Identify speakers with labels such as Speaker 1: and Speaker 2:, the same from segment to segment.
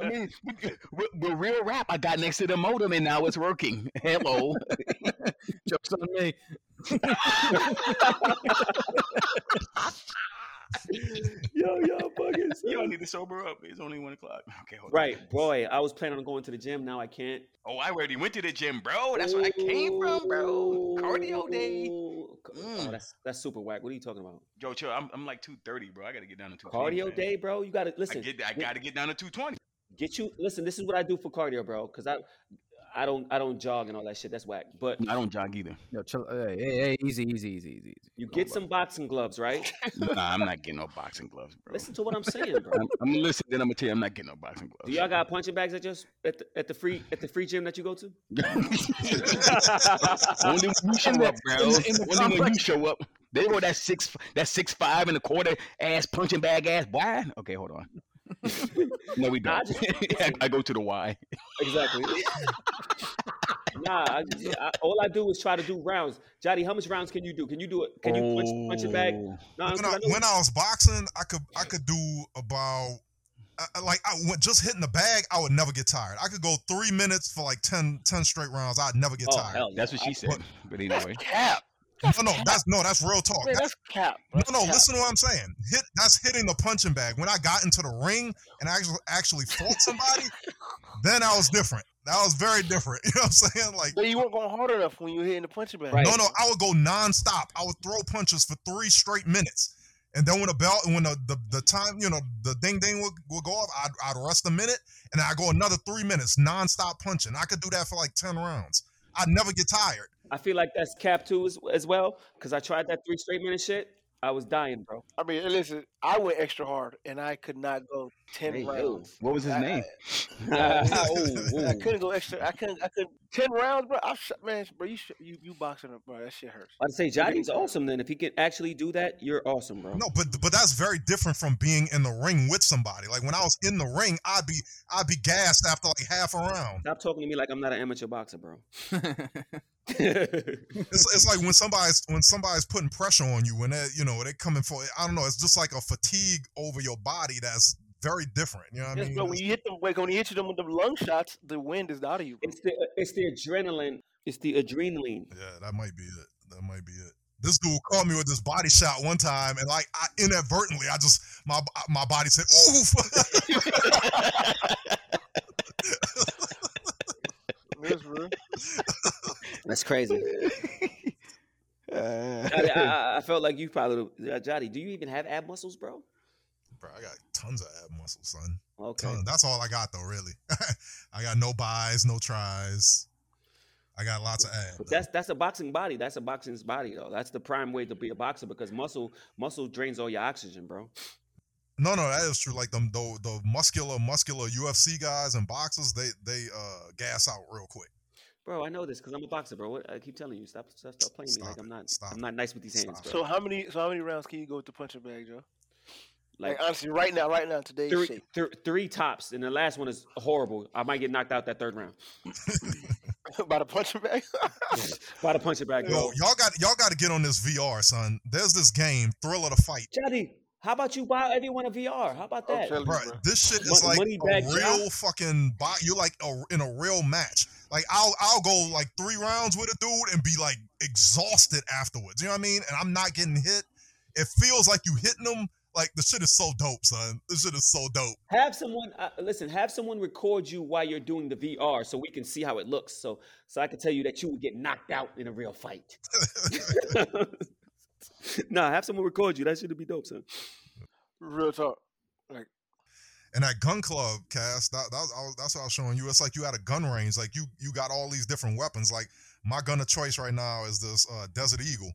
Speaker 1: I mean, with, with real rap, I got next to the modem and now it's working. Hello.
Speaker 2: Jokes on me.
Speaker 3: yo, yo, buggers.
Speaker 1: you don't need to sober up. It's only one o'clock. Okay, hold on.
Speaker 3: Right, boy. I was planning on going to the gym. Now I can't.
Speaker 1: Oh, I already went to the gym, bro. Oh, That's where I came from, bro. Cardio day.
Speaker 3: Ooh. Oh,
Speaker 1: Mm.
Speaker 3: that's that's super whack. What are you talking about?
Speaker 1: Yo, chill. I'm, I'm like 230, bro. I got to get down to 220.
Speaker 3: Cardio
Speaker 1: man.
Speaker 3: day, bro. You gotta
Speaker 1: I,
Speaker 3: listen.
Speaker 1: get, I got to get down to 220.
Speaker 3: Get you listen. This is what I do for cardio, bro. Because I, I don't, I don't jog and all that shit. That's whack. But
Speaker 1: I don't jog either.
Speaker 2: Yo, chill, uh, hey, hey, hey, easy, easy, easy, easy, easy.
Speaker 3: you
Speaker 2: Don't
Speaker 3: get
Speaker 2: worry.
Speaker 3: some boxing gloves, right?
Speaker 1: nah, I'm not getting no boxing gloves, bro.
Speaker 3: Listen to what I'm saying, bro.
Speaker 1: I'm, I'm listening. Then I'm gonna tell you, I'm not getting no boxing gloves.
Speaker 3: Do y'all got punching bags at your s- at the, at the free at the free gym that you go to?
Speaker 1: Only when you show
Speaker 2: the-
Speaker 1: up, bro.
Speaker 2: in the- in the
Speaker 1: Only when you
Speaker 2: complex-
Speaker 1: show up. They were that six, that six five and a quarter ass punching bag ass. Why? Okay, hold on. no, we
Speaker 3: Nah, I
Speaker 1: don't.
Speaker 3: just-
Speaker 1: I, I go to the Y.
Speaker 3: Exactly. nah, I, just- I, all I do is try to do rounds. Jody, how much rounds can you do? Can you do it? Can you punch, punch it back?
Speaker 1: Oh.
Speaker 3: No, I'm
Speaker 4: when I,
Speaker 3: I know-
Speaker 4: when I was boxing, I could I could do about I, I- like I went just hitting the bag. I would never get tired. I could go three minutes for like 10, 10 straight rounds. I'd never get
Speaker 3: oh,
Speaker 4: tired.
Speaker 3: hell yeah.
Speaker 1: That's what she said. But anyway,
Speaker 5: Cap.
Speaker 4: No, no, that's no, that's real talk.
Speaker 5: Man,
Speaker 4: That's-
Speaker 5: that's cap.
Speaker 4: no,
Speaker 5: That's
Speaker 4: no,
Speaker 5: cap.
Speaker 4: listen to what I'm saying. Hit that's hitting the punching bag. When I got into the ring and actually actually fought somebody, then I was different. That was very different. You know what I'm saying? Like
Speaker 5: But you weren't going hard enough when you were hitting the punching bag.
Speaker 3: Right.
Speaker 4: No, no, I would go nonstop. I would throw punches for three straight minutes. And then when the bell, when the, the, the time, you know, the ding ding would, would go off, I'd, I'd rest a minute and I'd go another three minutes nonstop punching. I could do that for like 10 rounds. I'd never get tired.
Speaker 3: I feel like that's cap too as, as well because I tried that three straight minute shit. I was dying, bro.
Speaker 5: I mean, listen, I went extra hard and I could not go ten
Speaker 3: Hey, yo.
Speaker 5: rounds.
Speaker 1: what was his
Speaker 5: I-
Speaker 1: name?
Speaker 3: Oh,
Speaker 5: I
Speaker 3: oh.
Speaker 5: couldn't go extra. I couldn't. I couldn't. Ten rounds, bro. I shot, man, bro. You, sh- you you boxing up, bro. That shit hurts.
Speaker 3: I'd say Jody's awesome then. If he can actually do that, you're awesome, bro.
Speaker 4: No, but but that's very different from being in the ring with somebody. Like when I was in the ring, I'd be I'd be gassed after like half a round.
Speaker 3: Stop talking to me like I'm not an amateur boxer, bro.
Speaker 4: It's, it's like when somebody's when somebody's putting pressure on you when they you know they coming for I don't know. It's just like a fatigue over your body that's very different. You know what I
Speaker 5: Yes,
Speaker 4: mean?
Speaker 5: bro. When you hit them, like when you hit them with them lung shots, the wind is out of you. Bro.
Speaker 3: it's the it's the adrenaline. It's the adrenaline.
Speaker 4: Yeah, that might be it. That might be it. This dude called me with this body shot one time, and like I inadvertently, I just my my body said oof.
Speaker 5: It's real.
Speaker 3: That's crazy. Jody, I, I- I felt like you probably uh, Jody. Do you even have ab muscles, bro?
Speaker 4: Bro, I got tons of ab muscles, son.
Speaker 3: Okay.
Speaker 4: Tons. That's all I got though, really. I got no buys, no tries. I got lots of abs.
Speaker 3: But that's that's a boxing body. That's a boxing's body though. That's the prime way to be a boxer because muscle muscle drains all your oxygen, bro.
Speaker 4: No, no, that is true. Like them, the, the muscular, muscular UFC guys and boxers, they they uh gas out real quick.
Speaker 3: Bro, I know this because I'm a boxer, bro. What, I keep telling you, stop, stop, stop playing me like
Speaker 4: Stop
Speaker 3: I'm
Speaker 4: it.
Speaker 3: not,
Speaker 4: Stop
Speaker 3: I'm
Speaker 4: it.
Speaker 3: not nice with these hands,
Speaker 4: Stop
Speaker 3: bro.
Speaker 4: it.
Speaker 5: So how many? So how many rounds can you go with the punching bag, Joe?
Speaker 3: Like
Speaker 5: Like, honestly, right now, right now, today's
Speaker 3: three,
Speaker 5: shape.
Speaker 3: thr- three tops, and the last one is horrible. I might get knocked out that third round.
Speaker 5: About a punching bag.
Speaker 3: By the punch it back,
Speaker 4: Yo,
Speaker 3: bro.
Speaker 4: y'all got y'all got to get on this VR, son. There's this game, Thrill of the Fight.
Speaker 3: Johnny, how about you buy everyone a VR? How about
Speaker 5: I'm
Speaker 3: that?
Speaker 5: telling you,
Speaker 4: Bro,
Speaker 5: bro.
Speaker 4: this shit is
Speaker 3: Mon-
Speaker 4: like
Speaker 3: money
Speaker 4: a
Speaker 3: back,
Speaker 4: real fucking bot. You're like a, in a real match. Like I'll I'll go like three rounds with a dude and be like exhausted afterwards. You know what I mean? And I'm not getting hit. It feels like you hitting them. Like the shit is so dope, son. This shit is so dope.
Speaker 3: Have someone uh, listen. Have someone record you while you're doing the VR, so we can see how it looks. So, so I can tell you that you would get knocked out in a real fight. nah, have someone record you. That should be dope, son.
Speaker 5: Real talk. Like
Speaker 4: And that gun club cast, that, that was, I was- that's what I was showing you. It's like you at a gun range. Like you you got all these different weapons. Like my gun of choice right now is this uh, Desert Eagle,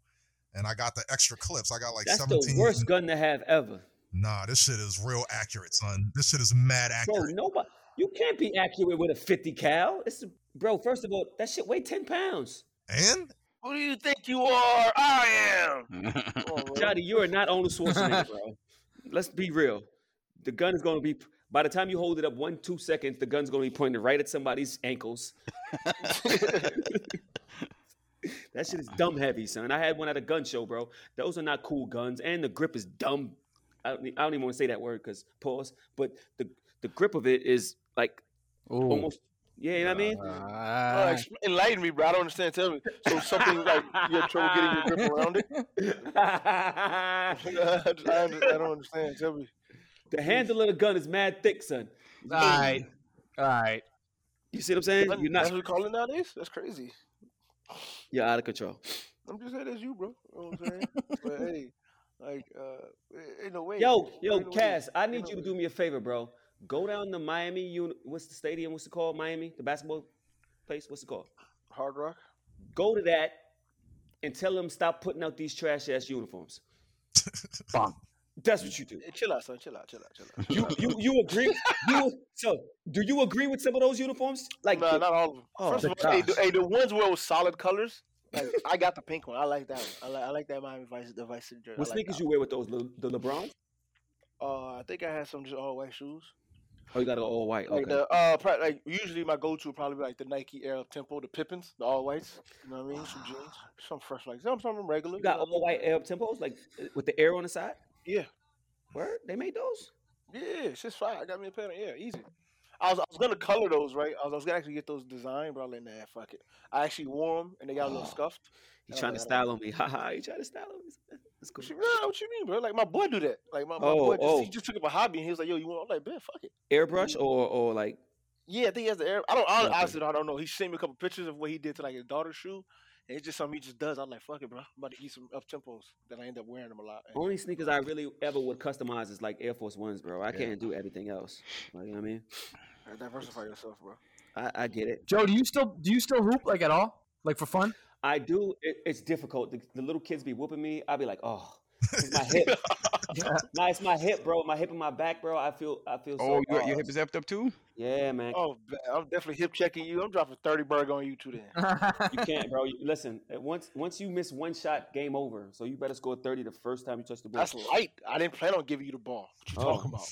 Speaker 4: and I got the extra clips. I got like
Speaker 3: That's
Speaker 4: 17.
Speaker 3: the worst gun to have ever.
Speaker 4: Nah, this shit is real accurate, son. This shit is mad
Speaker 3: Bro,
Speaker 4: accurate.
Speaker 3: nobody. You can't be accurate with a 50 cal. It's bro. First of all, that shit weigh 10 pounds.
Speaker 4: And
Speaker 5: Who do you think you are? I am. Come on, bro.
Speaker 3: Johnny, you are not Arnold Schwarzenegger, bro. Let's be real. The gun is going to be. By the time you hold it up one, two seconds, the gun's going to be pointed right at somebody's ankles. that shit is dumb heavy, son. I had one at a gun show, bro. Those are not cool guns, and the grip is dumb I don't, e- I don't even want to say that word because pause. But the the grip of it is like
Speaker 2: Ooh.
Speaker 3: almost. Yeah, you know what I mean.
Speaker 5: Uh,
Speaker 2: Uh,
Speaker 5: ex- enlighten me, bro. I don't understand. Tell me. So something like you have trouble getting your grip around it. I, just- I under- I don't understand. Tell me.
Speaker 3: the handle of the gun is mad thick, son.
Speaker 2: all right. All right.
Speaker 3: You see what I'm saying?
Speaker 5: That's
Speaker 3: You're
Speaker 5: that's
Speaker 3: not.
Speaker 5: what we call it nowadays. That's crazy.
Speaker 3: You're out of control.
Speaker 5: I'm just saying that's you, bro. You know what I'm saying? but hey, like, uh, ain't no way.
Speaker 3: Yo, yo,
Speaker 5: Ain't no way.
Speaker 3: Cass, I
Speaker 5: Ain't
Speaker 3: need
Speaker 5: no
Speaker 3: you to
Speaker 5: way.
Speaker 3: do me a favor, bro. Go down to Miami. Uni- what's the stadium? What's it called? Miami, the basketball place. What's it called?
Speaker 5: Hard rock.
Speaker 3: Go to that and tell them stop putting out these trash ass uniforms.
Speaker 1: Fuck.
Speaker 3: That's what you do.
Speaker 5: Hey, chill out, son. Chill out. Chill out. Chill out.
Speaker 3: You you you agree? you, so do you agree with some of those uniforms? Like
Speaker 5: no,
Speaker 3: the-
Speaker 5: not all of them.
Speaker 3: Oh,
Speaker 5: First of all, hey, the, hey, the ones where it was solid colors. Like, I got the pink one. I like that one. I like, I like that Miami Vice the Vice City jersey.
Speaker 3: what
Speaker 5: I like
Speaker 3: sneakers
Speaker 5: that
Speaker 3: you wear with those? Le- the LeBron?
Speaker 5: one. Uh, I think I had some just all white shoes.
Speaker 3: Oh, you got an all white.
Speaker 5: Like
Speaker 3: Okay.
Speaker 5: the uh, pro- like usually my go-to would probably be like the Nike Air Tempo, the Pippins, the all whites. You know what I mean? Some jeans, some fresh like some some regular.
Speaker 3: Ah. you got
Speaker 5: know what I
Speaker 3: all white Air Tempos, like uh, with the air on the side.
Speaker 5: mean?
Speaker 3: Word? They made those?
Speaker 5: Yeah, yeah, it's just fire. I got me a pair. Of, yeah, easy. I was, I was gonna color those, right? I was, I was gonna actually get those designed, but I was like, nah, fuck it. I actually wore them and they got a little
Speaker 3: Oh.
Speaker 5: scuffed.
Speaker 3: He
Speaker 5: Oh,
Speaker 3: trying to
Speaker 5: yeah.
Speaker 3: style on me. Ha ha. He trying to style on me. It's cool.
Speaker 5: She, nah, what you mean, bro? Like my boy do that. Like my, my
Speaker 3: Oh,
Speaker 5: boy, just,
Speaker 3: oh.
Speaker 5: he just took up a hobby and he was like, yo, you want? I'm like, man, fuck it.
Speaker 3: Airbrush or or like
Speaker 5: Yeah, I think he has the air. I don't I,
Speaker 3: Okay.
Speaker 5: honestly, I don't know. He sent me a couple pictures of what he did to like his daughter's shoe, and it's just something he just does. I'm like, fuck it, bro. I'm about to eat some up tempos that I end up wearing them a lot.
Speaker 3: only sneakers I really ever would customize is like Air Force Ones, bro. I
Speaker 1: Yeah.
Speaker 3: can't do everything else. Like you know what I mean,
Speaker 5: And diversify yourself, bro.
Speaker 3: I, I get it.
Speaker 2: Joe, do you still do you still hoop like at all? Like for fun?
Speaker 3: I do. It, it's difficult. The, the little kids be whooping me. I be like, oh, it's my hip. nah, it's my hip, bro. My hip and my back, bro. I feel. I feel.
Speaker 1: Oh,
Speaker 3: So
Speaker 1: your, your
Speaker 2: Uh,
Speaker 3: lost.
Speaker 1: hip is effed up too.
Speaker 3: Yeah, man.
Speaker 5: Oh, ba- I'm definitely hip checking you. I'm dropping thirty burger on you too. Then
Speaker 3: You can't, bro. You, listen, uh, once once you miss one shot, game over. So you better score thirty the first time you touch the ball.
Speaker 5: that's light. I didn't plan on giving you the ball. What you
Speaker 3: Oh.
Speaker 5: talking about?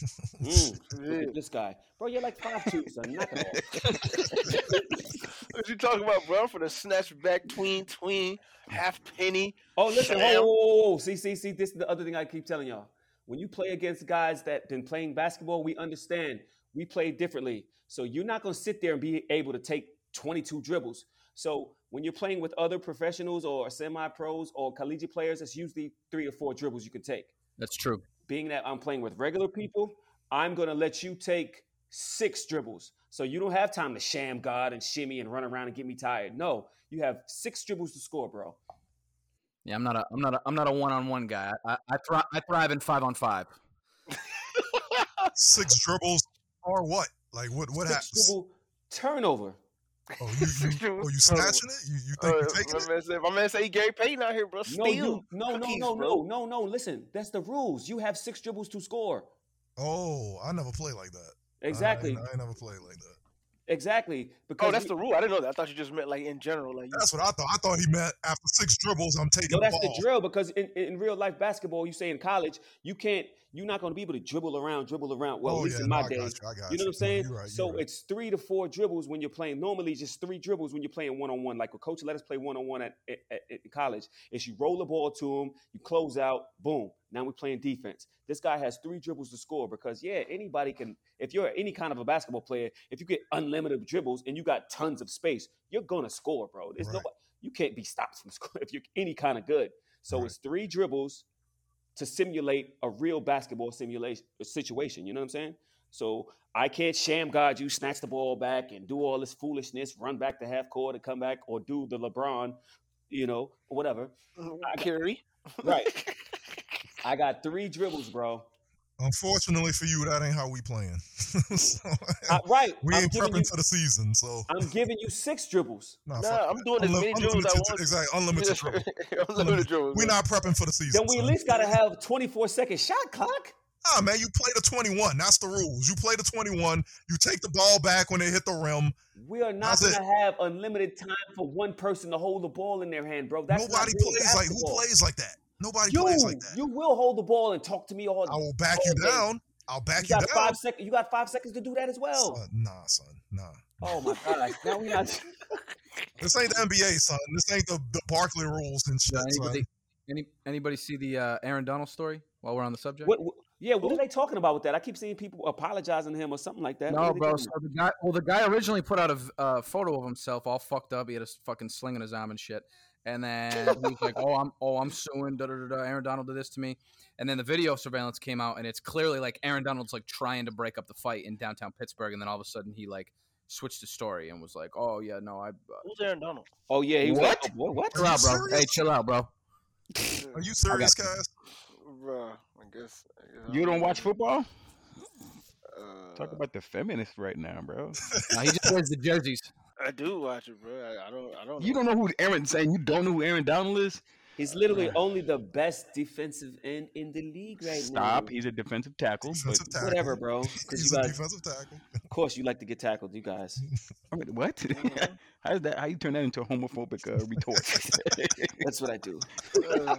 Speaker 3: Mm,
Speaker 5: Yeah.
Speaker 3: look at this guy, bro. You're like five two, son. Knock it off.
Speaker 5: What you talking about, bro? I'm finna snatch back tween, tween, half penny.
Speaker 3: Oh, listen, whoa,
Speaker 5: Sam.
Speaker 3: whoa, whoa, whoa, see, see, see, this is the other thing I keep telling y'all. When you play against guys that been playing basketball, we understand we play differently. So you're not gonna sit there and be able to take 22 dribbles. So when you're playing with other professionals or semi-pros or collegiate players, it's usually three or four dribbles you can take.
Speaker 2: That's true.
Speaker 3: Being that I'm playing with regular people, I'm gonna let you take six dribbles. So you don't have time to sham God and shimmy and run around and get me tired. No, you have six dribbles to score, bro.
Speaker 2: Yeah, I'm not a I'm not a I'm not a one on one guy. I I, thri- I thrive in five on five.
Speaker 4: Six dribbles or what? Like what? What
Speaker 3: Six
Speaker 4: happens?
Speaker 3: dribble turnover.
Speaker 4: Oh, you, you, oh, you snatching it? You, you think
Speaker 5: Uh,
Speaker 4: you're taking
Speaker 5: my,
Speaker 4: it?
Speaker 5: man say, my man say Gary Payton out here, bro.
Speaker 3: No,
Speaker 5: Steal. Oh,
Speaker 3: you, no, no,
Speaker 5: cookies,
Speaker 3: no,
Speaker 5: bro.
Speaker 3: no, no, no. Listen, that's the rules. You have six dribbles to score.
Speaker 4: Oh, I never play like that. I-
Speaker 3: Exactly,
Speaker 4: I, ain't never played like that.
Speaker 3: exactly. Because
Speaker 5: Oh, that's
Speaker 3: we-
Speaker 5: the rule. I didn't know that. I thought you just meant like in general, like you
Speaker 4: That's what I thought. I thought he meant after six dribbles, I'm taking
Speaker 3: no,
Speaker 4: the
Speaker 3: that's
Speaker 4: ball.
Speaker 3: the drill. Because in, in real life basketball, you say in college, you can't, you're not going to be able to dribble around, dribble around. Well,
Speaker 4: oh,
Speaker 3: at least
Speaker 4: yeah,
Speaker 3: in my
Speaker 4: no, I
Speaker 3: day,
Speaker 4: got you. I got
Speaker 3: you know what I'm saying?
Speaker 4: No, you're right,
Speaker 3: so
Speaker 4: you're right.
Speaker 3: it's three to four dribbles when you're playing. Normally, just three dribbles when you're playing one on one. Like a coach let us play one on one at at- at college. Is you roll the ball to him, you close out, boom. Now we're playing defense. This guy has three dribbles to score because yeah, anybody can. If you're any kind of a basketball player, if you get unlimited dribbles and you got tons of space, you're gonna score, bro. There's
Speaker 4: Right.
Speaker 3: nobody. You can't be stopped from scoring if you're any kind of good. So
Speaker 4: Right.
Speaker 3: it's three dribbles to simulate a real basketball simulation situation. You know what I'm saying? So I can't sham guard you, snatch the ball back, and do all this foolishness, run back to half court and come back, or do the LeBron, you know, whatever.
Speaker 5: Carrie.
Speaker 3: Right. I got three dribbles, bro.
Speaker 4: Unfortunately for you, that ain't how we playing. so,
Speaker 3: I- right.
Speaker 4: we
Speaker 3: I'm
Speaker 4: ain't
Speaker 3: giving,
Speaker 4: prepping
Speaker 3: you,
Speaker 4: for the season, so
Speaker 3: I'm giving you six dribbles.
Speaker 4: nah, fuck
Speaker 5: Nah, I'm
Speaker 4: that.
Speaker 5: doing as
Speaker 4: Unlim-
Speaker 5: many dribbles
Speaker 4: unlimited
Speaker 5: as I
Speaker 4: dri-
Speaker 5: want.
Speaker 4: Exactly, unlimited dribble.
Speaker 5: I'm looking at dribbles.
Speaker 4: We're not prepping for the season.
Speaker 3: Then we at
Speaker 4: son.
Speaker 3: least got to have 24 second shot clock.
Speaker 4: Nah, man, you play the 21. That's the rules. You play the 21. You take the ball back when they hit the rim.
Speaker 3: We are not
Speaker 4: That's
Speaker 3: going
Speaker 4: it.
Speaker 3: to have unlimited time for one person to hold the ball in their hand, bro. That's
Speaker 4: Nobody
Speaker 3: not real
Speaker 4: plays like who
Speaker 3: basketball.
Speaker 4: plays like that. Nobody
Speaker 3: You,
Speaker 4: plays like that.
Speaker 3: you will hold the ball and talk to me all
Speaker 4: I will back you
Speaker 3: Okay.
Speaker 4: down. I'll back
Speaker 3: You
Speaker 4: you,
Speaker 3: got
Speaker 4: down.
Speaker 3: five seconds. You got five seconds to do that as well.
Speaker 4: Son, nah, son, nah.
Speaker 3: Oh my gosh! Now we not.
Speaker 4: This ain't the NBA, son. This ain't the, the Barkley rules and shit.
Speaker 2: Does
Speaker 4: son.
Speaker 2: anybody, any, anybody see the uh, Aaron Donald story while we're on the subject?
Speaker 3: What, what- Yeah, what are they talking about with that? I keep seeing people apologizing to him or something like that. What
Speaker 2: No,
Speaker 3: are they
Speaker 2: bro.
Speaker 3: doing?
Speaker 2: So the guy, well, the guy originally put out a v- uh, photo of himself all fucked up. He had a s- fucking sling in his arm and shit. And then he was like, "Oh, I'm, oh, I'm suing." Da da da. da. Aaron Donald did this to me. And then the video surveillance came out, and it's clearly like Aaron Donald's like trying to break up the fight in downtown Pittsburgh, and then all of a sudden he like switched the story and was like, "Oh yeah, no, I." Uh,
Speaker 5: Who's Aaron Donald?
Speaker 3: Oh yeah, he was like,
Speaker 1: What?
Speaker 3: "Oh, boy, what?
Speaker 2: chill out, bro.
Speaker 4: serious?
Speaker 2: Hey, chill out, bro.
Speaker 4: Are you serious,
Speaker 1: you.
Speaker 4: guys?
Speaker 5: Bruh, I guess. I guess I
Speaker 1: You don't watch football?
Speaker 5: Uh,
Speaker 1: Talk about the feminists right now, bro.
Speaker 2: No, he just wears the jerseys.
Speaker 5: I do watch it, bro. I, I don't. I don't.
Speaker 1: You don't know who Aaron saying you don't know who Aaron Donald is?
Speaker 3: He's literally only the best defensive end in the league right now.
Speaker 1: Stop. He's a defensive tackle. But,
Speaker 4: Defensive tackle.
Speaker 3: Whatever, bro. Because
Speaker 4: He's
Speaker 3: you
Speaker 4: a
Speaker 3: guys,
Speaker 4: defensive tackle.
Speaker 3: of course, you like to get tackled, you guys.
Speaker 1: I mean, what?
Speaker 3: Uh-huh.
Speaker 1: how is that? How you turn that into a homophobic uh, retort?
Speaker 3: That's what I do.
Speaker 5: Uh,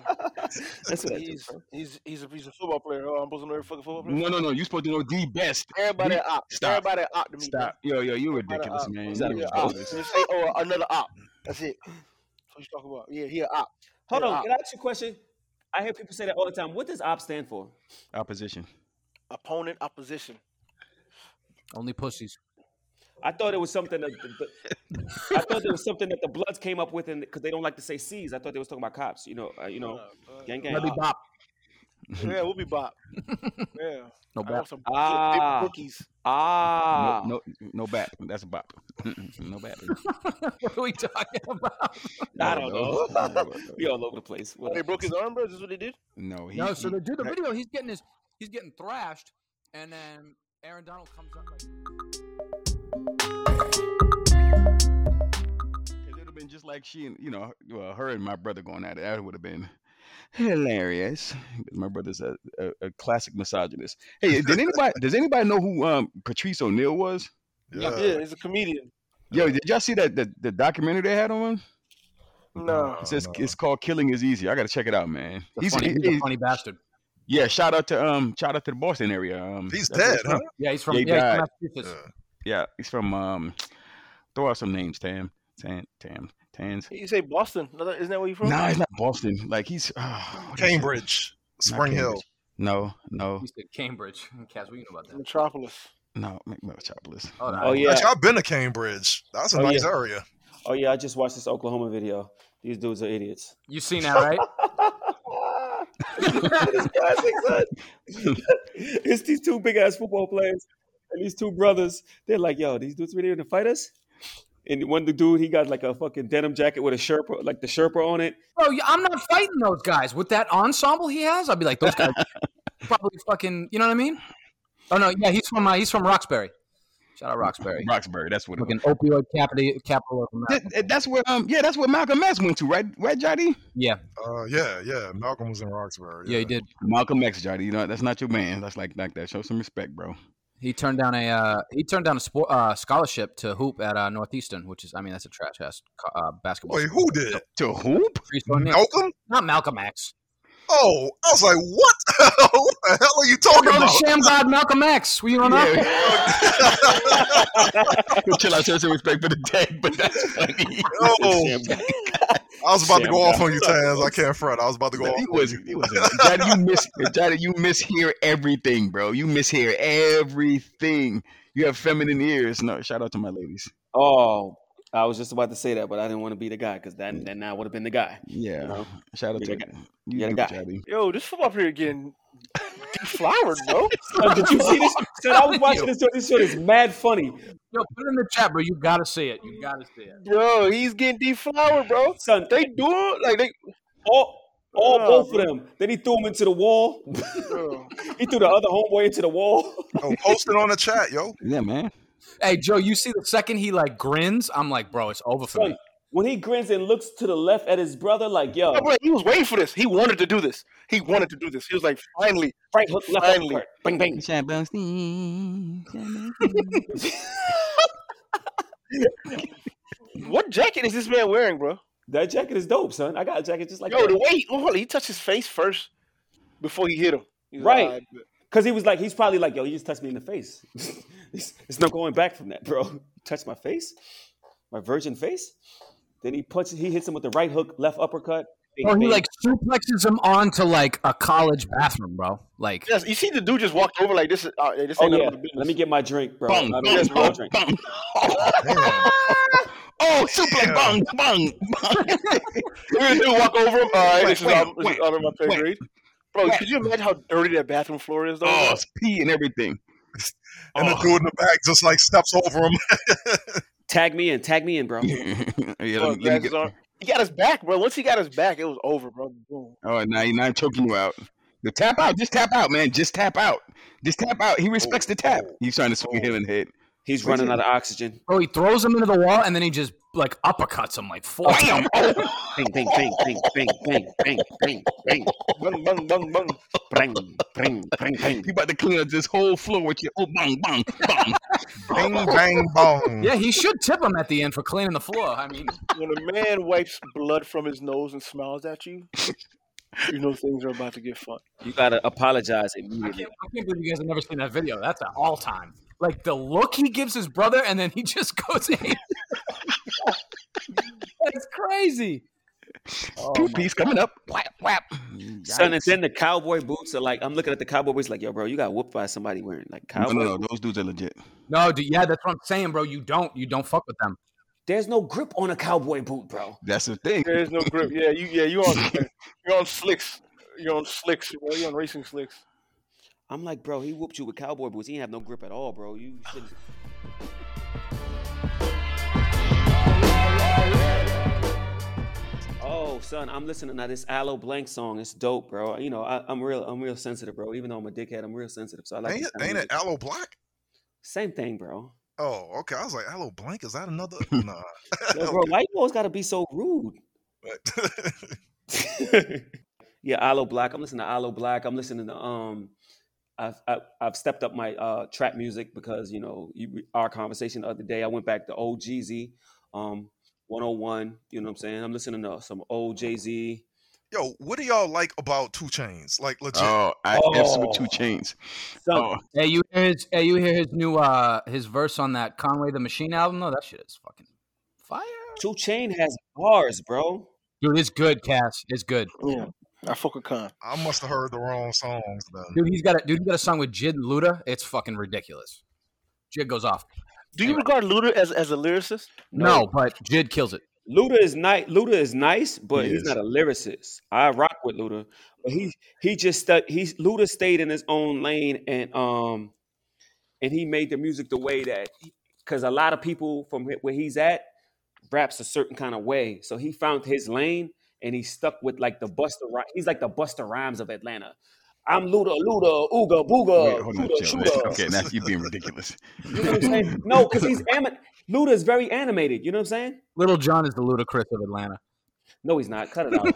Speaker 3: That's what I do.
Speaker 5: he's,
Speaker 3: bro.
Speaker 5: he's he's a piece of football player. Oh, I'm supposed to know every fucking football player.
Speaker 1: no, no, no. You're supposed to know the best.
Speaker 5: Everybody
Speaker 1: You-
Speaker 5: an op.
Speaker 1: stop.
Speaker 5: Everybody an op to me. bro.
Speaker 1: Stop. Yo, yo, you're
Speaker 5: Everybody a
Speaker 1: ridiculous,
Speaker 3: uh,
Speaker 5: op.
Speaker 1: man.
Speaker 5: He's
Speaker 1: You're
Speaker 5: a op.
Speaker 1: ridiculous.
Speaker 5: Just say, oh, another op. That's it. That's what you talking about. Yeah, he an op.
Speaker 3: Hold
Speaker 5: Yeah,
Speaker 3: on.
Speaker 5: op.
Speaker 3: Can I ask you a question? I hear people say that all the time. What does OP stand for?
Speaker 1: Opposition.
Speaker 5: Opponent opposition.
Speaker 2: Only pussies.
Speaker 3: I thought it was something that the, the- I thought there was something that the Bloods came up with, and because they don't like to say C's, I thought they was talking about cops. You know, uh, you know,
Speaker 5: Uh,
Speaker 3: gang gang.
Speaker 2: Let me
Speaker 3: op.
Speaker 2: bop.
Speaker 5: Yeah, we'll be bop. yeah.
Speaker 2: No
Speaker 5: I want
Speaker 2: bop.
Speaker 5: some
Speaker 3: Ah.
Speaker 5: ah. cookies.
Speaker 3: Ah,
Speaker 1: No, no, no bap. That's a bop. no bap.
Speaker 2: what are we talking about?
Speaker 3: I don't know.
Speaker 1: know.
Speaker 3: we all over the place. What
Speaker 5: They
Speaker 3: up?
Speaker 5: broke his arm, bro. Is this what they did?
Speaker 1: no, he,
Speaker 2: No, so
Speaker 1: he-
Speaker 2: they do the
Speaker 1: that-
Speaker 2: video. He's getting his, he's getting thrashed, and then Aaron Donald comes up. Like,
Speaker 1: It would have been just like she and you know, well, her and my brother going at it. That would have been hilarious. 'Cause My brother's a, a, a classic misogynist. Hey, did anybody does anybody know who um Patrice O'Neill was?
Speaker 5: Yeah, he's a comedian.
Speaker 1: Yo, did y'all see that the, the documentary they had on him?
Speaker 5: No.
Speaker 1: It says
Speaker 4: Oh, no.
Speaker 1: it's called "Killing Is Easy." I gotta check it out, man.
Speaker 2: he's,
Speaker 1: He's,
Speaker 2: funny, he's a
Speaker 1: he-
Speaker 2: funny bastard.
Speaker 1: yeah. Shout out to um, shout out to the Boston area. Um,
Speaker 4: He's
Speaker 1: that's where
Speaker 4: dead,
Speaker 1: he's
Speaker 4: huh?
Speaker 1: from.
Speaker 2: Yeah, he's from,
Speaker 1: Yeah,
Speaker 2: yeah,
Speaker 1: he
Speaker 2: he's from Massachusetts.
Speaker 4: Yeah.
Speaker 1: Yeah, he's from um. Throw out some names, Tam, Tam, Tam, Tans.
Speaker 5: You say Boston? No, that- Isn't that where you from?
Speaker 1: Nah, it's not Boston. Like he's ah, what is it?
Speaker 4: Cambridge,
Speaker 1: Not
Speaker 4: Spring Hill.
Speaker 1: Cambridge. No, no,
Speaker 2: He said Cambridge. Kaz, we know about that.
Speaker 5: Metropolis.
Speaker 1: no. Mc- Metropolis.
Speaker 2: Oh,
Speaker 1: No.
Speaker 2: no.
Speaker 3: Oh yeah.
Speaker 4: Actually, I've been to Cambridge. That's a
Speaker 3: Oh,
Speaker 4: nice
Speaker 3: yeah.
Speaker 4: area.
Speaker 3: Oh yeah. I just watched this Oklahoma video. These dudes are idiots.
Speaker 2: You seen that, right?
Speaker 3: It's classic, son. it's these two big ass football players and these two brothers. They're like, yo, these dudes really gonna fight us? And one the dude, he got like a fucking denim jacket with a Sherpa, like the Sherpa on it.
Speaker 2: Bro, yeah, I'm not fighting those guys with that ensemble he has. I'd be like, those guys probably fucking. You know what I mean? Oh no, yeah, he's from uh, he's from Roxbury. Shout out Roxbury.
Speaker 1: Roxbury. That's what. It was.
Speaker 2: Fucking opioid capital capital of America.
Speaker 1: Th- that's where um yeah that's where Malcolm X went to right right Jody
Speaker 2: Yeah,
Speaker 4: Uh, yeah, yeah. Malcolm was in Roxbury.
Speaker 2: yeah, he did.
Speaker 1: Malcolm X Jody you know that's not your man that's like like that show some respect bro
Speaker 2: He turned down a uh, he turned down a sport, uh, scholarship to hoop at uh, Northeastern, which is I mean that's a trash ass uh, basketball.
Speaker 4: Wait,
Speaker 2: school.
Speaker 4: who did?
Speaker 1: to hoop
Speaker 2: Patrice O'Neal.
Speaker 4: Malcolm?
Speaker 2: Not Malcolm X.
Speaker 4: Oh, I was like, what? what the hell are you talking
Speaker 2: Bro, the
Speaker 4: about?
Speaker 2: sham god Malcolm X. We don't know.
Speaker 1: chill out show some respect for the dead but that's funny
Speaker 4: Oh. I was about to
Speaker 3: Sham
Speaker 4: go off
Speaker 3: guy.
Speaker 4: on you, Taz. I can't front. I was about to go off.
Speaker 1: he
Speaker 4: on
Speaker 1: was
Speaker 4: you.
Speaker 1: he was Jody you miss Jody you mishear everything bro you mishear everything you have feminine ears no shout out to my ladies
Speaker 3: Oh, I was just about to say that, but I didn't want to be the guy because that then I would have been the guy.
Speaker 1: yeah
Speaker 3: No.
Speaker 1: shout out
Speaker 3: You're
Speaker 1: to
Speaker 3: the
Speaker 1: you
Speaker 3: you're the
Speaker 1: do it,
Speaker 3: guy.
Speaker 1: Jody
Speaker 5: Yo, this football player getting deflowered, bro.
Speaker 3: Son, did you see this? Son, I was watching this show. This show is mad funny.
Speaker 2: Yo, put it in the chat, bro. You gotta see it. You gotta see it.
Speaker 5: Yo, he's getting deflowered, bro.
Speaker 3: Son,
Speaker 5: They doing like they.
Speaker 3: all, all
Speaker 5: Oh,
Speaker 3: both of them. Then he threw him into the wall.
Speaker 5: Bro.
Speaker 3: he threw the other homeboy into the wall.
Speaker 4: Yo, Oh, post it on the chat, yo.
Speaker 1: yeah man
Speaker 2: Hey Joe, you see the second he like grins, I'm like, bro, it's over for
Speaker 3: Son,
Speaker 2: me.
Speaker 3: when he grins and looks to the left at his brother, like, yo,
Speaker 5: Oh, bro, he was waiting for this. He wanted to do this. He wanted to do this. He was like, finally,
Speaker 3: right hook, left
Speaker 5: Finally.
Speaker 3: uppercut, bang, bang.
Speaker 5: what jacket is this man wearing, bro?
Speaker 3: That jacket is dope, son. I got a jacket just like
Speaker 5: Yo, the
Speaker 3: that.
Speaker 5: way oh, hold on, he touched his face first before he hit him. He was
Speaker 3: Right.
Speaker 5: "All bet."
Speaker 3: Because he was like, he's probably like, yo, you just touched me in the face. it's, it's no going back from that, bro. You touched my face, my virgin face. Then he puts, he hits him with the right hook, left uppercut,
Speaker 5: Oh,
Speaker 2: Or he
Speaker 3: bang.
Speaker 2: like suplexes him onto like a college bathroom, bro. Like
Speaker 5: Yes, you see the dude just walked over like this. Is, uh, this
Speaker 3: Oh
Speaker 5: ain't none
Speaker 3: yeah,
Speaker 5: of my business.
Speaker 3: let me get my drink, bro.
Speaker 1: Bung,
Speaker 3: I
Speaker 1: bung,
Speaker 3: don't get my
Speaker 1: bung,
Speaker 3: drink.
Speaker 1: bung.
Speaker 4: Damn.
Speaker 1: Oh, suplex,
Speaker 4: Yeah.
Speaker 1: bung, bung, bung.
Speaker 5: We do walk over uh, him. All right, this is
Speaker 1: Wait,
Speaker 5: out, this
Speaker 1: wait,
Speaker 5: is out of my pay
Speaker 1: wait.
Speaker 5: grade. Bro,
Speaker 1: Wait.
Speaker 5: could you imagine how dirty that bathroom floor is, though?
Speaker 1: Oh, it's pee and everything.
Speaker 4: And the
Speaker 1: Oh.
Speaker 4: dude in the back just like steps over him.
Speaker 3: Tag me in, tag me in, bro.
Speaker 1: yeah, let
Speaker 5: Bro,
Speaker 1: me, let me
Speaker 5: Zach's
Speaker 1: get.
Speaker 5: arm- He got his back, bro. Once he got his back, it was over, bro. Boom.
Speaker 1: Oh, now you're not choking you out. You tap out. Just tap out, man. Just tap out. Just tap out. He respects the tap. He's trying to swing him in the head.
Speaker 3: He's
Speaker 1: What's
Speaker 3: running
Speaker 1: it?
Speaker 3: out of oxygen.
Speaker 2: bro, he throws him into the wall and then he just like uppercuts him like four.
Speaker 1: Bam! Oh,
Speaker 3: Bing, bing, bing, bing, bing, bing, bing, bing, bing,
Speaker 5: Bung, bung, bung, bung.
Speaker 3: bing, bing, bing, bing.
Speaker 1: you about to clean up this whole floor with your oh, bang, bang, bang.
Speaker 4: Bing, bang, bong.
Speaker 2: Yeah, he should tip him at the end for cleaning the floor. I mean,
Speaker 5: When a man wipes blood from his nose and smiles at you, you know things are about to get fun.
Speaker 3: You gotta apologize
Speaker 2: I
Speaker 3: immediately.
Speaker 2: can't, I can't believe you guys have never seen that video. That's an all time. Like the look he gives his brother, and then he just goes in. That's crazy.
Speaker 1: Two piece coming up. Whap, whap.
Speaker 3: Son, and then the cowboy boots are like, I'm looking at the cowboy boots like, yo, bro, you got whooped by somebody wearing like
Speaker 1: No,
Speaker 3: cowboy.
Speaker 1: no, no. Those dudes are legit.
Speaker 2: No, dude, yeah, that's what I'm saying, bro. You don't, you don't fuck with them.
Speaker 3: There's no grip on a cowboy boot, bro.
Speaker 1: That's the thing.
Speaker 5: There is no grip. Yeah, you yeah, you on you're on slicks. You're on slicks, bro. You're on racing slicks.
Speaker 3: I'm like, bro, he whooped you with cowboy boots. He didn't have no grip at all, bro. You should Oh, son, I'm listening to this Aloe Blank song. It's dope, bro. You know, I, I'm real, I'm real sensitive, bro. Even though I'm a dickhead, I'm real sensitive. So I like.
Speaker 4: Ain't
Speaker 3: this
Speaker 4: it,
Speaker 3: kind of
Speaker 4: ain't it
Speaker 3: music.
Speaker 4: Aloe Black?
Speaker 3: Same thing, bro.
Speaker 4: Oh, okay. I was like, Aloe Blank? Is that another? Nah.
Speaker 3: Yo, bro, why you always gotta be so rude? yeah, Aloe Black. I'm listening to Aloe Black. I'm listening to um, I've I've, I've stepped up my uh, trap music because you know you, our conversation the other day. I went back to old Jeezy, um, 101. You know what I'm saying? I'm listening to some old Jay Z.
Speaker 4: Yo, what do y'all like about Two Chains? Like legit.
Speaker 1: Oh, I
Speaker 3: Oh.
Speaker 1: F's with two chains.
Speaker 3: Some
Speaker 1: Oh,
Speaker 2: Hey, you hear his? Hey, you hear his new uh his verse on that Conway the Machine album? No, that shit is fucking fire.
Speaker 3: Two Chain has bars, bro.
Speaker 2: Dude, it's good. Cass, it's good.
Speaker 5: Yeah. I fuck a con.
Speaker 4: I must have heard the wrong songs then.
Speaker 2: Dude, he's got a dude. He got a song with Jid and Luda. It's fucking ridiculous. Jid goes off.
Speaker 5: Do you regard Luda as, as a lyricist?
Speaker 2: No, but Jid kills it.
Speaker 3: Luda is nice. Luda is nice, but
Speaker 1: He
Speaker 3: he's
Speaker 1: is.
Speaker 3: not a lyricist. I rock with Luda, but he he just stu- he's Luda stayed in his own lane and um and he made the music the way that because a lot of people from wh- where he's at raps a certain kind of way. So he found his lane and he stuck with like the Buster. He's like the Buster Rhymes of Atlanta. I'm Luda, Luda, Ooga
Speaker 1: wait,
Speaker 3: Booga,
Speaker 1: hold on,
Speaker 3: Luda,
Speaker 1: chill.
Speaker 3: Shooter.
Speaker 1: Okay, now you're being ridiculous.
Speaker 3: You know what I'm saying? No, because he's ami- Luda is very animated. You know what I'm saying?
Speaker 2: Little John is the ludicrous of Atlanta.
Speaker 3: No, he's not. Cut it out.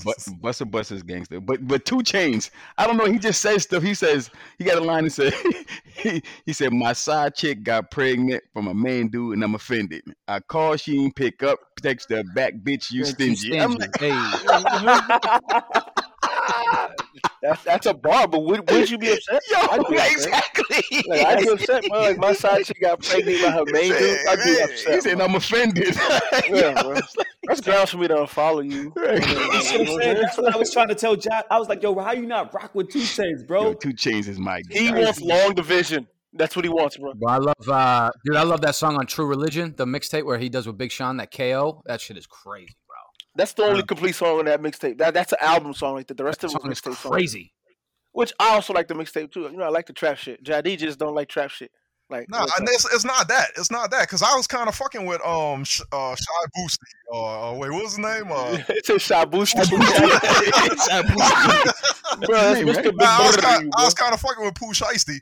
Speaker 1: but Buster Buster's gangster. But but two chains. I don't know. He just says stuff. He says he got a line. He said he, he said my side chick got pregnant from a main dude, and I'm offended. I call, she ain't pick up. Text her back, bitch. You
Speaker 2: Bitch,
Speaker 1: stingy. I'm like,
Speaker 2: hey.
Speaker 5: That's that's a bar, but would, would you be upset?
Speaker 1: yo,
Speaker 5: I'd be upset.
Speaker 1: exactly.
Speaker 5: Like, I'd be upset, bro. Like my side chick got pregnant by her
Speaker 1: He
Speaker 5: main
Speaker 1: said,
Speaker 5: dude. I'd be
Speaker 1: "Man,"
Speaker 5: upset.
Speaker 1: He said
Speaker 5: bro.
Speaker 1: I'm offended.
Speaker 5: yeah, bro. That's grounds for me to unfollow you.
Speaker 3: That's what I'm saying. That's what I was trying to tell John. I was like, yo, how you not rock with two chains, bro?
Speaker 1: Yo, two chains is my
Speaker 5: He
Speaker 1: guy.
Speaker 5: wants long division. That's what he wants, bro.
Speaker 2: Well, I love, uh, dude. I love that song on True Religion, the mixtape where he does with Big Sean. That KO, that shit is crazy, bro.
Speaker 5: That's the only complete song on that mixtape. That that's an album song right there. The rest
Speaker 2: That
Speaker 5: of it
Speaker 2: song
Speaker 5: was
Speaker 2: is
Speaker 5: mixtape song.
Speaker 2: crazy.
Speaker 5: Which I also like the mixtape too. You know, I like the trap shit. JD just don't like trap shit. Like
Speaker 4: No, nah,
Speaker 5: what's
Speaker 4: and
Speaker 5: up?
Speaker 4: it's, it's not that. It's not that because I was kind of fucking with um Sh- uh, Shy Boosty. Uh, uh, wait, what was his name? Uh,
Speaker 5: it's a Shabusta.
Speaker 1: It's a-
Speaker 5: bro, that's
Speaker 1: name,
Speaker 5: Mr.
Speaker 1: right?
Speaker 5: Big
Speaker 4: nah, I was
Speaker 5: Brother to
Speaker 4: kind,
Speaker 5: you,
Speaker 4: I
Speaker 5: bro.
Speaker 4: was kind of fucking with Pooh Shiesty,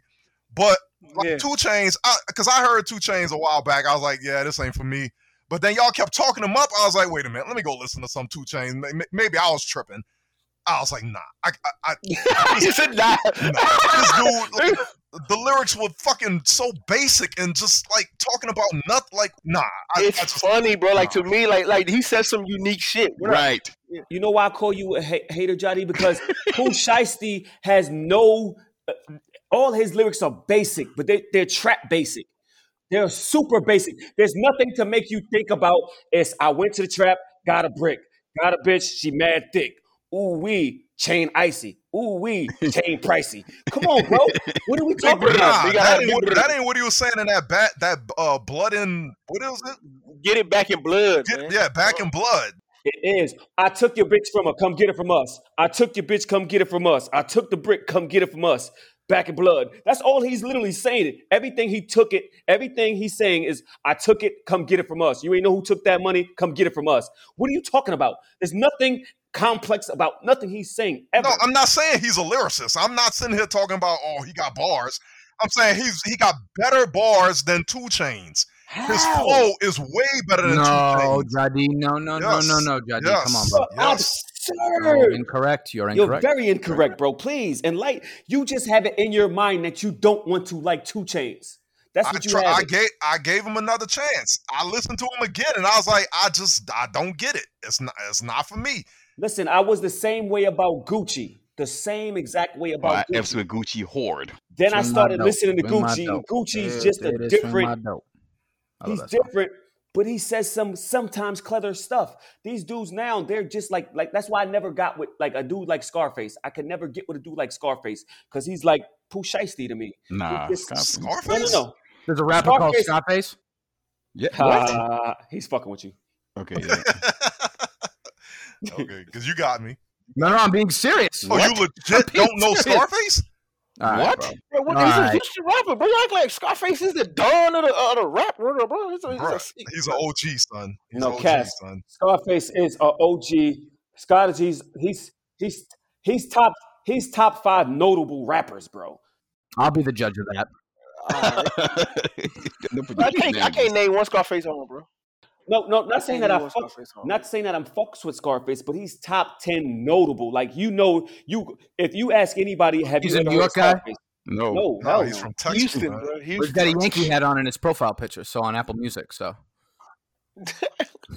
Speaker 4: but like
Speaker 5: Yeah.
Speaker 4: Two Chains, because I, heard Two Chains a while back. I was like, yeah, this ain't for me. But then y'all kept talking him up. I was like, wait a minute, let me go listen to some Two Chains. May- may- Maybe I was tripping. I was like, nah, I, I, I,
Speaker 5: He said, nah.
Speaker 4: this dude, like, the lyrics were fucking so basic and just like talking about nothing. Like, nah, I, I
Speaker 5: It's
Speaker 4: just,
Speaker 5: funny, bro. Like to me, like like he said some unique shit. We're not-
Speaker 1: right.
Speaker 3: You know why I call you a ha- hater, Jody? Because Pooh Shiesty has no. uh, All his lyrics are basic, but they, they're trap basic. They're super basic. There's nothing to make you think about. It's I went to the trap, got a brick. Got a bitch, she mad thick. Ooh wee, chain icy. Ooh wee, chain pricey. Come on, bro. What are we talking
Speaker 5: Nah,
Speaker 3: about?
Speaker 4: Nah,
Speaker 5: we gotta
Speaker 4: that,
Speaker 5: have
Speaker 4: ain't what,
Speaker 5: Bieber.
Speaker 4: that ain't what he was saying in that bat that uh blood in what is it?
Speaker 5: Get it back in blood,
Speaker 4: Get-
Speaker 5: man.
Speaker 4: yeah, back in blood.
Speaker 3: It is. I took your bitch from her. Come get it from us. I took your bitch. Come get it from us. I took the brick. Come get it from us. Back in blood. That's all he's literally saying. Everything he took it, everything he's saying is, I took it. Come get it from us. You ain't know who took that money. Come get it from us. What are you talking about? There's nothing complex about nothing he's saying ever.
Speaker 4: No, I'm not saying he's a lyricist. I'm not sitting here talking about oh he got bars. I'm saying he's he got better bars than Two Chains. His
Speaker 3: How?
Speaker 4: flow is way better than Two
Speaker 2: No,
Speaker 4: Chains.
Speaker 2: Jadi. No, no, no, no,
Speaker 4: Yes.
Speaker 2: no, Jadi. Come on,
Speaker 4: Yes.
Speaker 2: bro.
Speaker 3: You're
Speaker 4: Yes.
Speaker 2: You're
Speaker 3: absurd.
Speaker 2: incorrect. You're
Speaker 3: You're
Speaker 2: incorrect.
Speaker 3: very incorrect, bro. Please, and like you just have it in your mind that you don't want to like two chains. That's
Speaker 4: I
Speaker 3: what you
Speaker 4: try,
Speaker 3: have.
Speaker 4: I
Speaker 3: it.
Speaker 4: gave I gave him another chance. I listened to him again, and I was like, I just I don't get it. It's not it's not for me.
Speaker 3: Listen, I was the same way about Gucci. The same exact way
Speaker 1: Why
Speaker 3: about
Speaker 1: F's
Speaker 3: Gucci.
Speaker 1: with Gucci horde.
Speaker 3: Then I
Speaker 2: Swing my
Speaker 3: started
Speaker 2: dope.
Speaker 3: listening to
Speaker 2: Swing my
Speaker 3: Gucci.
Speaker 2: dope.
Speaker 3: and Gucci's
Speaker 2: Yeah,
Speaker 3: just
Speaker 2: there
Speaker 3: a
Speaker 2: it is. Swing my oh,
Speaker 3: different.
Speaker 2: dope. I love
Speaker 3: He's
Speaker 2: that song.
Speaker 3: different, but he says some sometimes clever stuff. These dudes now, they're just like like that's why I never got with like a dude like Scarface. I could never get with a dude like Scarface because he's like poo shiesty to me. He's
Speaker 1: Nah,
Speaker 3: just-
Speaker 1: Scarface.
Speaker 3: no, no,
Speaker 4: Scarface?
Speaker 3: no.
Speaker 2: There's a rapper called
Speaker 3: Scarface-
Speaker 2: Scarface.
Speaker 1: Yeah, what?
Speaker 3: Ah, he's fucking with you.
Speaker 1: Okay, yeah.
Speaker 4: okay, because you got me.
Speaker 2: No, no, I'm being serious.
Speaker 4: Oh, you legit
Speaker 2: being
Speaker 4: don't know
Speaker 2: serious.
Speaker 4: Scarface?
Speaker 2: All right,
Speaker 1: what?
Speaker 2: bro.
Speaker 5: Bro, what,
Speaker 2: All
Speaker 5: he's
Speaker 2: right.
Speaker 5: a Houston rapper, bro. You act like Scarface is the dawn of the, uh, the rap, bro. bro. He's a, he's a-
Speaker 4: Bruh, he's an OG son. He's
Speaker 3: No,
Speaker 4: an OG
Speaker 3: Cass.
Speaker 4: son.
Speaker 3: Scarface is a OG. Scarface, he's he's he's top he's top five notable rappers, bro.
Speaker 2: I'll be the judge of that.
Speaker 5: ah.
Speaker 1: Don't put your
Speaker 5: I can't, I
Speaker 1: shenanigans.
Speaker 5: can't name one Scarface on, bro.
Speaker 3: No, no, not
Speaker 5: I
Speaker 3: saying
Speaker 5: can't
Speaker 3: that
Speaker 5: name
Speaker 3: I
Speaker 5: one
Speaker 3: fuck,
Speaker 5: Scarface on.
Speaker 3: not saying that I'm fucks with Scarface, but he's top ten notable. Like you know, you if you ask anybody, have
Speaker 2: He's
Speaker 3: you
Speaker 2: a
Speaker 3: ever
Speaker 2: New
Speaker 3: heard of
Speaker 2: York guy? Oh,
Speaker 3: Scarface?
Speaker 1: No,
Speaker 3: No,
Speaker 4: No,
Speaker 3: hell
Speaker 4: he's
Speaker 3: no.
Speaker 4: from Texas. man.
Speaker 5: Houston, bro.
Speaker 2: But he's
Speaker 5: Houston.
Speaker 2: got a Yankee hat on in his profile picture, so on Apple Music. So.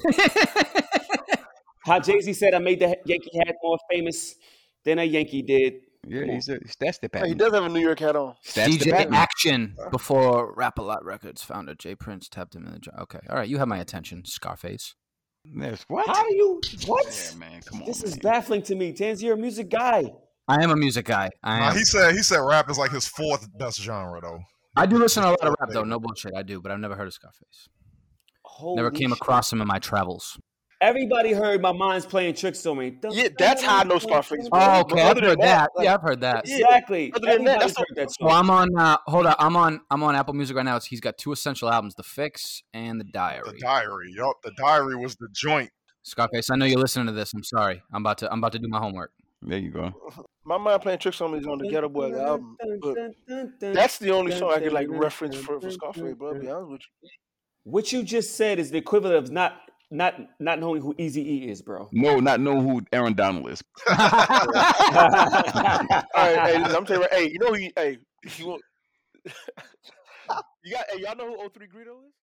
Speaker 3: How Jay Z said, I made the Yankee hat more famous than a Yankee did.
Speaker 1: yeah,
Speaker 3: Come on.
Speaker 1: he's a, that's the
Speaker 5: Hey, he
Speaker 1: pattern.
Speaker 5: does have a New York hat on.
Speaker 1: That's the
Speaker 2: DJ
Speaker 1: pattern.
Speaker 2: Action before Rap a Lot Records founder Jay Prince tapped him in the jaw. Okay, all right, you have my attention, Scarface.
Speaker 1: That's what?
Speaker 3: How do you what?
Speaker 1: Yeah, man, come on.
Speaker 3: This is
Speaker 1: man.
Speaker 3: baffling to me. Tanz, you're a music guy.
Speaker 2: I am a music guy. I
Speaker 4: Nah,
Speaker 2: am.
Speaker 4: he said he said rap is like his fourth best genre though.
Speaker 2: I do listen to a lot of rap though. No bullshit, I do, but I've never heard of Scarface.
Speaker 3: Holy
Speaker 2: never came
Speaker 3: shit.
Speaker 2: across him in my travels.
Speaker 3: Everybody heard my mind's playing tricks on me.
Speaker 5: Yeah, that's how I know Scarface, bro.
Speaker 2: Oh,
Speaker 5: But
Speaker 2: okay, I've
Speaker 5: other than
Speaker 2: heard that.
Speaker 5: that, like-
Speaker 2: yeah, I've heard that.
Speaker 5: Yeah.
Speaker 3: Exactly.
Speaker 5: Other than
Speaker 3: Everybody's
Speaker 5: that, that's
Speaker 3: heard that
Speaker 2: Well,
Speaker 3: song.
Speaker 2: I'm on. Uh, hold on, I'm on. I'm on Apple Music right now. It's, he's got two essential albums: The Fix and The
Speaker 4: The
Speaker 2: Diary.
Speaker 4: diary. Yup, the diary was the joint.
Speaker 2: Scarface, I know you're listening to this. I'm sorry. I'm about to. I'm about to do my homework.
Speaker 1: There you go.
Speaker 5: My mind playing tricks on me is on the Ghetto Boys album, but that's the only song I can like reference for, for Scarface, bro. I'll be honest with you.
Speaker 3: What you just said is the equivalent of not not not knowing who Easy E is, bro.
Speaker 1: No, not know who Aaron Donald is.
Speaker 5: All right, hey, listen, I'm telling you, right, hey, you know who? You, hey, you, want- you got? Hey, y'all know who O3 Greedo is?